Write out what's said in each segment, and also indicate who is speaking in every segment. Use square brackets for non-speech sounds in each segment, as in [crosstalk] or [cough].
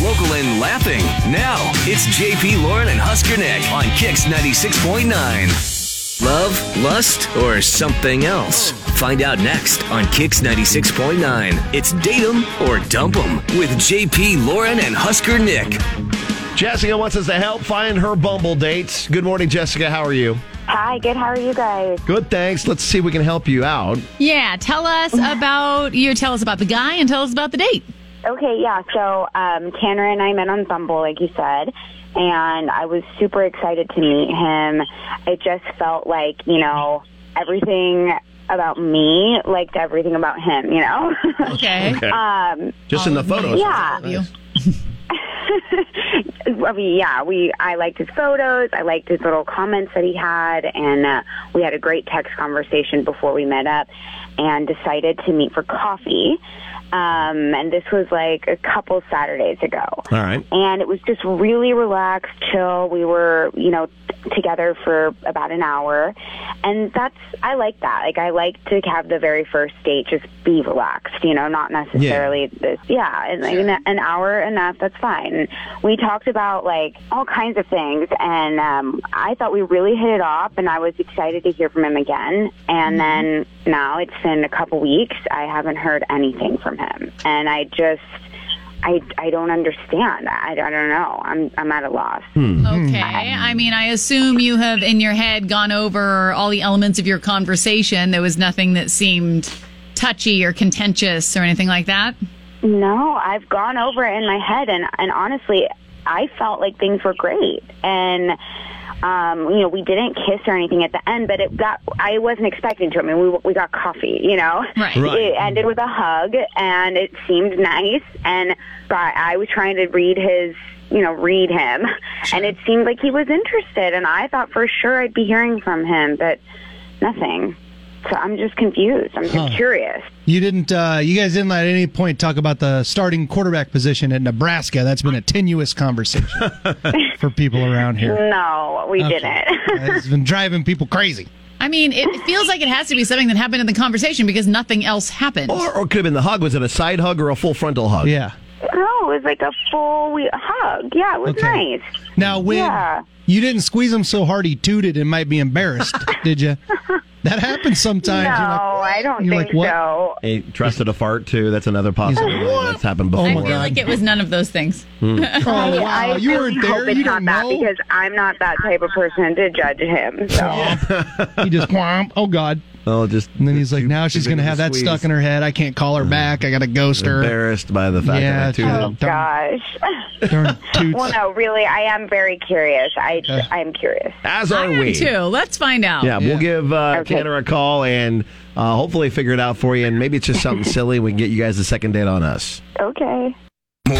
Speaker 1: Oakland laughing. Now it's JP Lauren and Husker Nick on Kix 96.9. Love, lust, or something else? Find out next on Kix 96.9. It's Date 'em or Dump 'em with JP Lauren and Husker Nick.
Speaker 2: Jessica wants us to help find her Bumble dates. Good morning, Jessica. How are you?
Speaker 3: Hi, good. How are you guys?
Speaker 2: Good, thanks. Let's see if we can help you out.
Speaker 4: Yeah,
Speaker 2: [laughs]
Speaker 4: tell us about you. Tell us about the guy and tell us about the date.
Speaker 3: Okay, yeah. So um, Tanner and I met on Bumble, like you said, and I was super excited to meet him. It just felt like, you know, everything about me liked everything about him, you know? [laughs]
Speaker 4: Okay.
Speaker 3: um,
Speaker 2: Just in the photos.
Speaker 3: Yeah.
Speaker 4: You.
Speaker 3: I mean, yeah, we. I liked his photos. I liked his little comments that he had, and uh, we had a great text conversation before we met up, and decided to meet for coffee. Um, and this was like a couple Saturdays ago
Speaker 2: All right.
Speaker 3: and it was just really relaxed, chill. We were, you know, t- together for about an hour, and that's I like that. Like I like to have the very first date just be relaxed, you know, not necessarily this. Yeah, and like an, an hour enough. That's fine. And we talked about like all kinds of things, and um, I thought we really hit it off, and I was excited to hear from him again. And then now it's been a couple weeks. I haven't heard anything from him, and I just. I, I don't understand. I, I don't know. I'm I'm at a loss.
Speaker 4: Okay. I mean, I assume you have in your head gone over all the elements of your conversation. There was nothing that seemed touchy or contentious or anything like that.
Speaker 3: No, I've gone over it in my head, and and honestly, I felt like things were great, and um, you know, we didn't kiss or anything at the end, but it got. I wasn't expecting to. I mean, we we got coffee, you know.
Speaker 4: Right.
Speaker 2: Right.
Speaker 3: It ended with a hug, and it seemed nice, and but I was trying to read his. You know, read him, and it seemed like he was interested, and I thought for sure I'd be hearing from him, but nothing. So I'm just confused. I'm just
Speaker 5: Huh.
Speaker 3: curious.
Speaker 5: You didn't. Uh, you guys didn't at any point talk about the starting quarterback position at Nebraska. That's been a tenuous
Speaker 3: [laughs]
Speaker 5: conversation for people around here.
Speaker 3: No, we
Speaker 5: Okay.
Speaker 3: didn't. [laughs]
Speaker 5: It's been driving people crazy.
Speaker 4: I mean, it feels like it has to be something that happened in the conversation because nothing else happened.
Speaker 2: Or, or it could have been the hug. Was it a side hug or a full frontal hug?
Speaker 5: Yeah.
Speaker 3: No, Oh, it was like a full we- hug. Yeah, it was
Speaker 5: Okay.
Speaker 3: nice.
Speaker 5: Now when
Speaker 3: Yeah.
Speaker 5: you didn't squeeze him so hard he tooted and might
Speaker 3: [laughs]
Speaker 5: be embarrassed, did you? That happens sometimes.
Speaker 3: no,
Speaker 5: You're like,
Speaker 3: I don't
Speaker 5: you're
Speaker 3: think
Speaker 5: like, what?
Speaker 3: so.
Speaker 2: He trusted a fart, too. That's another possibility. That's happened before.
Speaker 5: Oh
Speaker 4: I
Speaker 5: my
Speaker 4: feel
Speaker 5: God.
Speaker 4: like it was none of those things.
Speaker 2: Hmm.
Speaker 5: Oh, wow.
Speaker 3: I
Speaker 5: you
Speaker 3: really
Speaker 5: weren't
Speaker 3: hope
Speaker 5: there.
Speaker 3: it's
Speaker 5: You
Speaker 3: not
Speaker 5: don't
Speaker 3: that
Speaker 5: know.
Speaker 3: because I'm not that type of person to judge him. So
Speaker 5: he just, whomp. oh, God.
Speaker 2: Oh, just.
Speaker 5: And then he's like, now she's
Speaker 2: big
Speaker 5: going to
Speaker 2: of a
Speaker 5: have that
Speaker 2: squeeze.
Speaker 5: stuck in her head. I can't call her back. I got to ghost her.
Speaker 2: Embarrassed by the fact
Speaker 5: Yeah,
Speaker 2: that I tooted
Speaker 5: totally.
Speaker 2: him.
Speaker 5: Darn,
Speaker 3: gosh. [laughs]
Speaker 5: darn toots.
Speaker 3: Well, no, really, I am very curious. I
Speaker 5: Okay.
Speaker 3: I'm curious.
Speaker 2: As
Speaker 4: I
Speaker 2: are
Speaker 4: am
Speaker 2: we.
Speaker 4: too. Let's find out.
Speaker 2: Yeah, we'll
Speaker 5: Yeah.
Speaker 2: give uh,
Speaker 3: Okay.
Speaker 2: Tanner a call and uh, hopefully figure it out for you. And maybe it's just
Speaker 4: [laughs]
Speaker 2: something silly. We can get you guys a second date on us.
Speaker 3: Okay.
Speaker 1: More?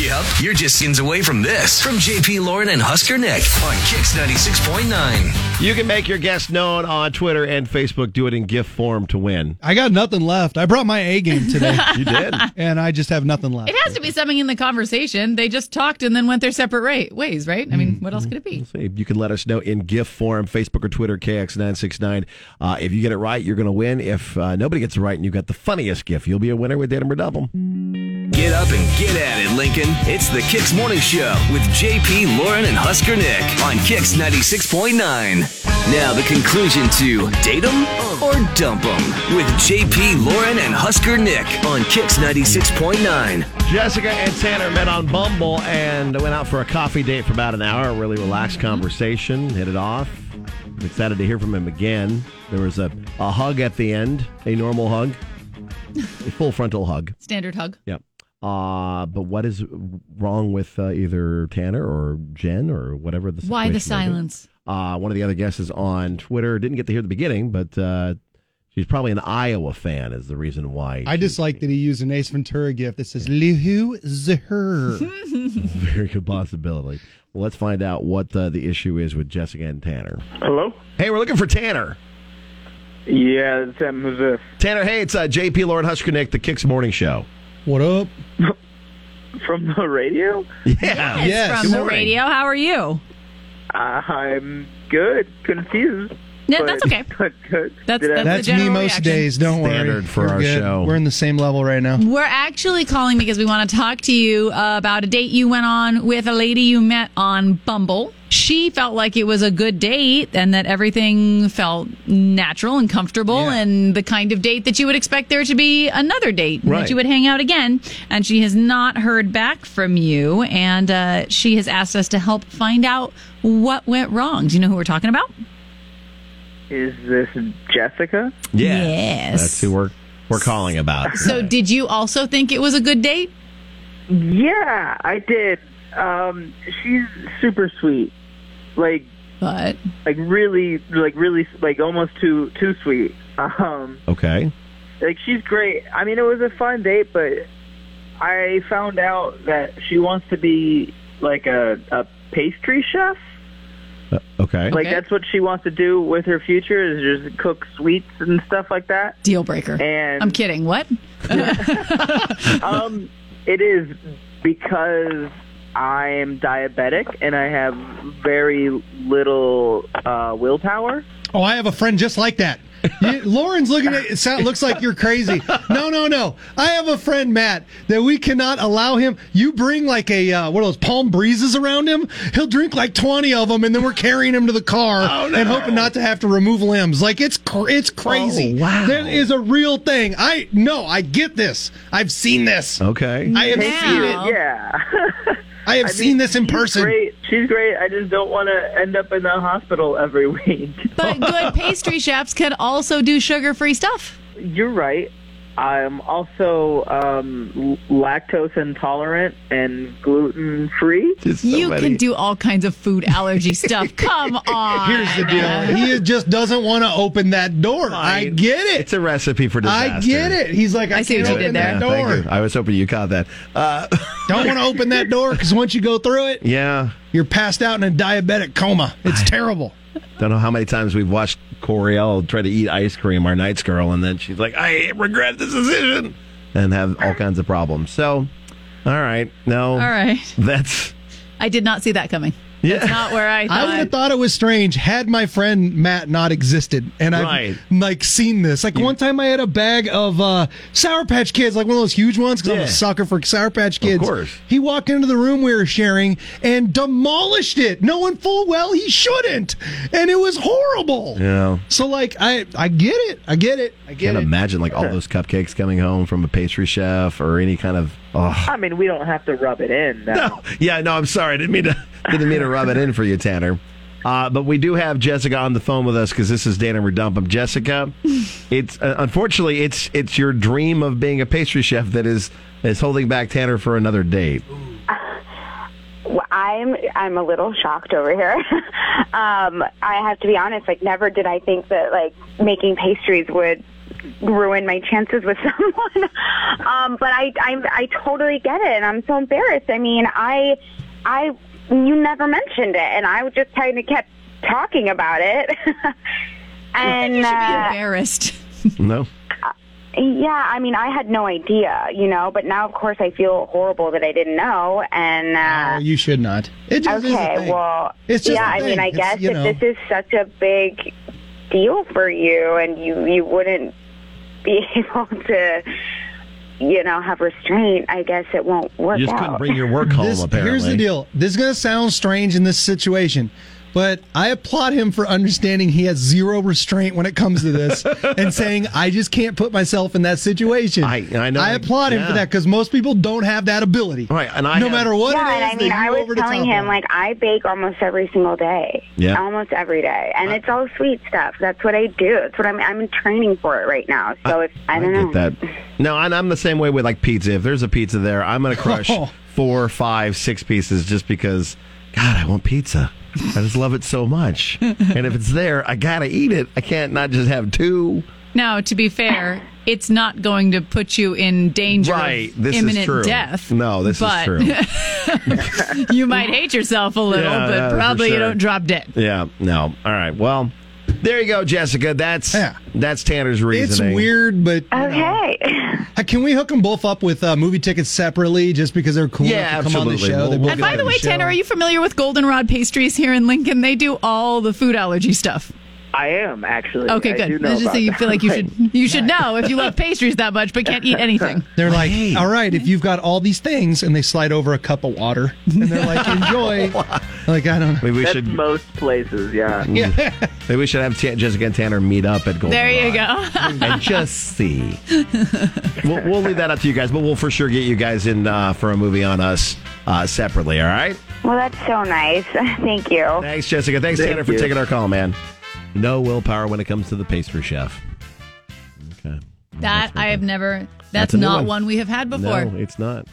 Speaker 1: Yep, you're just skins away from this. From JP Lauren and Husker Nick on Kix 96.9.
Speaker 2: You can make your guess known on Twitter and Facebook. Do it in gift form to win.
Speaker 5: I got nothing left. I brought my A game
Speaker 4: [laughs]
Speaker 5: today,
Speaker 2: You did.
Speaker 5: and I just have nothing left.
Speaker 4: It has to be something in the conversation. They just talked and then went their separate ra- ways, right? I mean, what else could it be?
Speaker 2: So you can let us know in gift form, Facebook or Twitter, KX969. Uh, if you get it right, you're going to win. If uh, nobody gets it right and you got the funniest gift, you'll be a winner with Datum or Double.
Speaker 1: Get up and get at it, Lincoln. It's the Kix Morning Show with JP, Lauren, and Husker Nick on Kix 96.9. Now, the conclusion to Date 'em or Dump 'em with JP, Lauren, and Husker Nick on Kix 96.9.
Speaker 2: Jessica and Tanner met on Bumble and went out for a coffee date for about an hour. A really relaxed conversation, hit it off. I'm excited to hear from him again. There was a, a hug at the end, a normal hug, a full frontal hug.
Speaker 4: Standard hug.
Speaker 2: Yep. Uh, but what is wrong with uh, either Tanner or Jen or whatever the
Speaker 4: Why the
Speaker 2: situation may be?
Speaker 4: silence?
Speaker 2: Uh, one of the other guesses on Twitter didn't get to hear the beginning, but uh, she's probably an Iowa fan is the reason why.
Speaker 5: I
Speaker 2: she-
Speaker 5: just like that he used an Ace Ventura gift that says Lihu
Speaker 4: [laughs]
Speaker 5: Zher.
Speaker 2: [laughs] very good possibility. Well, let's find out what uh, the issue is with Jessica and Tanner.
Speaker 6: Hello?
Speaker 2: Hey, we're looking for Tanner.
Speaker 6: Yeah, it's him. Who's this?
Speaker 2: Tanner, hey, it's uh, JP Lauren Husker Nick, the Kicks Morning
Speaker 4: [laughs]
Speaker 2: Show.
Speaker 5: what up?
Speaker 6: From the radio?
Speaker 2: Yeah.
Speaker 5: Yes.
Speaker 4: From
Speaker 5: Good
Speaker 4: the radio. How are you?
Speaker 6: I'm good. Confused.
Speaker 4: No, that's
Speaker 6: but-
Speaker 4: okay.
Speaker 6: [laughs] But, but
Speaker 4: That's-
Speaker 6: did I-
Speaker 4: that's-
Speaker 5: That's
Speaker 4: general
Speaker 5: me most
Speaker 4: reaction.
Speaker 5: days. Don't worry.
Speaker 2: Standard for
Speaker 5: We're
Speaker 2: our
Speaker 5: good.
Speaker 2: show.
Speaker 5: We're in the same level right now.
Speaker 4: We're actually calling because we want to talk to you uh, about a date you went on with a lady you met on Bumble. She felt like it was a good date and that everything felt natural and comfortable
Speaker 5: Yeah.
Speaker 4: and the kind of date that you would expect there to be another date and
Speaker 2: Right.
Speaker 4: that you would hang out again. And she has not heard back from you. And uh, she has asked us to help find out what went wrong. Do you know who we're talking about?
Speaker 6: is this Jessica?
Speaker 2: Yeah.
Speaker 4: Yes.
Speaker 2: That's who we're we're calling about.
Speaker 4: So, did you also think it was a good date?
Speaker 6: Yeah, I did. Um, she's super sweet. Like,
Speaker 4: But
Speaker 6: like really, like really, like almost too too sweet. Um,
Speaker 2: okay.
Speaker 6: like she's great. I mean, it was a fun date, but I found out that she wants to be like a, a pastry chef.
Speaker 2: Uh, okay.
Speaker 6: Like
Speaker 4: Okay.
Speaker 6: that's what she wants to do with her future is just cook sweets and stuff like that.
Speaker 4: deal breaker.
Speaker 6: And
Speaker 4: I'm kidding. What?
Speaker 6: um, it is because I am diabetic and I have very little uh, willpower.
Speaker 5: Oh, I have a friend just
Speaker 2: [laughs]
Speaker 5: like that. You- Lauren's looking at it. Sound, looks like you're crazy. No, no, no. I have a friend Matt that we cannot allow him. You bring like a uh, one of those palm breezes around him. He'll drink like twenty of them, and then we're carrying him to the car
Speaker 2: Oh,
Speaker 5: and hoping not to have to remove limbs. Like it's cr- it's crazy.
Speaker 2: Oh, wow.
Speaker 5: that is a real thing. I no, I get this. I've seen this.
Speaker 2: Okay.
Speaker 5: I have seen it.
Speaker 4: Wow.
Speaker 6: Yeah.
Speaker 5: I have
Speaker 6: I
Speaker 5: seen
Speaker 6: mean,
Speaker 5: this in
Speaker 6: she's
Speaker 5: person.
Speaker 6: Great. She's great. I just don't want to end up in the hospital every [laughs] week.
Speaker 4: But good pastry chefs could also do sugar free stuff.
Speaker 6: You're right. I'm also um, l- lactose intolerant and gluten free.
Speaker 2: Just so
Speaker 4: you
Speaker 2: many-
Speaker 4: can do all kinds of food allergy
Speaker 2: [laughs]
Speaker 4: stuff. Come on.
Speaker 5: Here's the deal. He just doesn't want to open that door. I
Speaker 2: Fine.
Speaker 5: get it.
Speaker 2: It's a recipe for disaster.
Speaker 5: I get it. He's like, I,
Speaker 4: I see
Speaker 5: can't
Speaker 4: what you did
Speaker 5: open that
Speaker 4: there.
Speaker 2: Yeah, thank
Speaker 5: door.
Speaker 2: you. I was hoping you caught that. Uh,
Speaker 5: Don't want to open that door because once you go through it,
Speaker 2: yeah.
Speaker 5: you're passed out in a diabetic coma. It's terrible.
Speaker 2: Don't know how many times we've watched Coriel try to eat ice cream, our Knights girl, and then she's like, I regret this decision and have all kinds of problems. So, all right. No.
Speaker 4: All right.
Speaker 2: That's,
Speaker 4: I did not see that coming.
Speaker 2: yeah. [laughs]
Speaker 4: Not where I
Speaker 5: I
Speaker 4: thought.
Speaker 5: would have thought it was strange had my friend Matt not existed, and I've
Speaker 2: Right.
Speaker 5: like seen this. Like one time, I had a bag of uh, Sour Patch Kids, like one of those huge ones, because I'm
Speaker 2: Yeah.
Speaker 5: a sucker for Sour Patch Kids.
Speaker 2: course.
Speaker 5: He walked into the room we were sharing and demolished it, knowing full well he shouldn't, and it was horrible.
Speaker 2: Yeah.
Speaker 5: So like, I I get it, I get it, I get
Speaker 2: Can't
Speaker 5: it.
Speaker 2: imagine like all those cupcakes coming home from a pastry chef or any kind of. Oh.
Speaker 6: I mean, we don't have to rub it in. Now.
Speaker 2: No. [laughs] Yeah. No. I'm sorry. Didn't mean to. Didn't mean to rub it in for you, Tanner. Uh, but we do have Jessica on the phone with us because this is Dan and we're dump 'em. [laughs] Jessica, it's uh, unfortunately it's it's your dream of being a pastry chef that is is holding back Tanner for another date.
Speaker 3: Well, I'm I'm a little shocked over here. [laughs] um, I have to be honest. Like, never did I think that like making pastries would ruin my chances with [laughs] someone. um, but I, I I totally get it, and I'm so embarrassed. I mean, I I you never mentioned it, and I just kind of kept talking about it. [laughs] and
Speaker 4: you should be
Speaker 3: uh,
Speaker 4: embarrassed.
Speaker 2: No.
Speaker 3: yeah, I mean, I had no idea, you know. But now, of course, I feel horrible that I didn't know, and. Uh,
Speaker 5: Oh, you should not. It just is a
Speaker 3: Okay,
Speaker 5: thing.
Speaker 3: well,
Speaker 5: It's just
Speaker 3: yeah.
Speaker 5: a
Speaker 3: I mean,
Speaker 5: thing.
Speaker 3: I
Speaker 5: It's,
Speaker 3: guess
Speaker 5: you
Speaker 3: if
Speaker 5: know.
Speaker 3: this is such a big deal for you, and you you wouldn't be [laughs] able to, you know, have restraint, I guess it won't work
Speaker 2: You just
Speaker 3: out.
Speaker 2: couldn't bring your work home.
Speaker 5: This-
Speaker 2: apparently.
Speaker 5: Here's the deal. This is going to sound strange in this situation, but I applaud him for understanding he has zero restraint when it comes
Speaker 2: [laughs]
Speaker 5: to this and saying, I just can't put myself in that situation.
Speaker 2: I- I know.
Speaker 5: I applaud him
Speaker 2: Yeah.
Speaker 5: for that because most people don't have that ability.
Speaker 2: Right, and I
Speaker 5: no
Speaker 2: have-
Speaker 5: matter what
Speaker 3: [laughs] yeah,
Speaker 5: it is,
Speaker 3: and I
Speaker 5: they
Speaker 3: mean, I
Speaker 5: go
Speaker 3: was
Speaker 5: over to
Speaker 3: telling
Speaker 5: top
Speaker 3: him
Speaker 5: of
Speaker 3: like I bake almost every single day.
Speaker 2: Yeah.
Speaker 3: almost every day, and it's all sweet stuff. That's what I do. That's what I'm. I'm training for it right now. So it's I don't know.
Speaker 2: get that. No, and I'm the same way with like pizza. If there's a pizza there, I'm gonna crush
Speaker 5: Oh.
Speaker 2: four, five, six pieces just because. God, I want pizza. I just love it so much. and if it's there, I gotta eat it. I can't not just have two.
Speaker 4: Now, to be fair, it's not going to put you in danger
Speaker 2: Right,
Speaker 4: of
Speaker 2: this
Speaker 4: imminent
Speaker 2: is true.
Speaker 4: death.
Speaker 2: No, this
Speaker 4: but
Speaker 2: is true.
Speaker 4: [laughs] you might hate yourself a little,
Speaker 2: Yeah,
Speaker 4: but
Speaker 2: yeah, for
Speaker 4: probably
Speaker 2: sure.
Speaker 4: you don't drop dead.
Speaker 2: yeah, no. All right. Well, there you go, Jessica. That's
Speaker 5: Yeah.
Speaker 2: that's Tanner's
Speaker 5: It's
Speaker 2: reasoning.
Speaker 5: weird, but you know.
Speaker 3: Okay. [laughs]
Speaker 5: Uh, can we hook them both up with uh, movie tickets separately just because they're cool
Speaker 2: Yeah,
Speaker 5: enough to come on the
Speaker 2: absolutely.
Speaker 5: show?
Speaker 2: We'll-
Speaker 5: They
Speaker 2: we'll
Speaker 5: both
Speaker 4: And
Speaker 2: get
Speaker 5: got
Speaker 4: by the
Speaker 5: on
Speaker 4: way,
Speaker 5: show.
Speaker 4: Tanner, are you familiar with Goldenrod Pastries here in Lincoln? They do all the food allergy stuff.
Speaker 6: I am actually.
Speaker 4: Okay,
Speaker 6: I
Speaker 4: good.
Speaker 6: do know
Speaker 4: Let's just
Speaker 6: about
Speaker 4: say you
Speaker 6: that.
Speaker 4: feel like you
Speaker 6: [laughs] Right.
Speaker 4: should you should know if you
Speaker 6: [laughs]
Speaker 4: love pastries that much but can't eat anything.
Speaker 5: They're like, all right, if you've got all these things, and they slide over a cup of water, and they're like, enjoy.
Speaker 2: [laughs]
Speaker 5: like I don't. know.
Speaker 2: Maybe we
Speaker 6: That's
Speaker 2: should
Speaker 6: most places, yeah.
Speaker 2: maybe we should have T- Jessica and Tanner meet up at Golden.
Speaker 4: There you go.
Speaker 2: and just see. we'll, we'll leave that up to you guys, but we'll for sure get you guys in uh, for a movie on us uh, separately. All right.
Speaker 3: Well, that's so nice. [laughs] Thank you.
Speaker 2: Thanks, Jessica. Thanks,
Speaker 6: Thank
Speaker 2: Tanner, for
Speaker 6: you.
Speaker 2: taking our call, man. No willpower when it comes to the pastry chef. Okay.
Speaker 4: [laughs] That I have never.
Speaker 2: That's
Speaker 4: That's,
Speaker 2: a new
Speaker 4: not
Speaker 2: one.
Speaker 4: one. we have had before.
Speaker 2: No, it's not.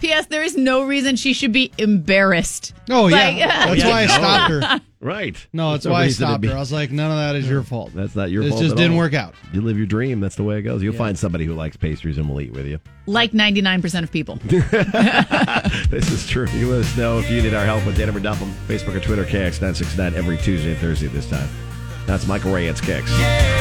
Speaker 4: P.S. There is no reason she should be embarrassed.
Speaker 5: Oh yeah,
Speaker 4: Like-
Speaker 5: that's
Speaker 2: Yeah,
Speaker 5: why I
Speaker 2: no.
Speaker 5: stopped
Speaker 2: [laughs]
Speaker 5: her.
Speaker 2: Right.
Speaker 5: No, that's
Speaker 2: There's
Speaker 5: why I
Speaker 2: reason to
Speaker 5: stopped
Speaker 2: be-
Speaker 5: her. I was like, none of that is your fault.
Speaker 2: That's not your
Speaker 5: It
Speaker 2: fault
Speaker 5: just
Speaker 2: at
Speaker 5: didn't
Speaker 2: all.
Speaker 5: work out.
Speaker 2: You live your dream. That's the way it goes. You'll find somebody who likes pastries and will eat with you. [laughs]
Speaker 4: Like ninety nine percent of people.
Speaker 2: This is true. You let us know if you need our help with Dan or Dump 'em. Facebook or Twitter, KX969, every Tuesday and Thursday this time. That's Michael Ray. It's KX.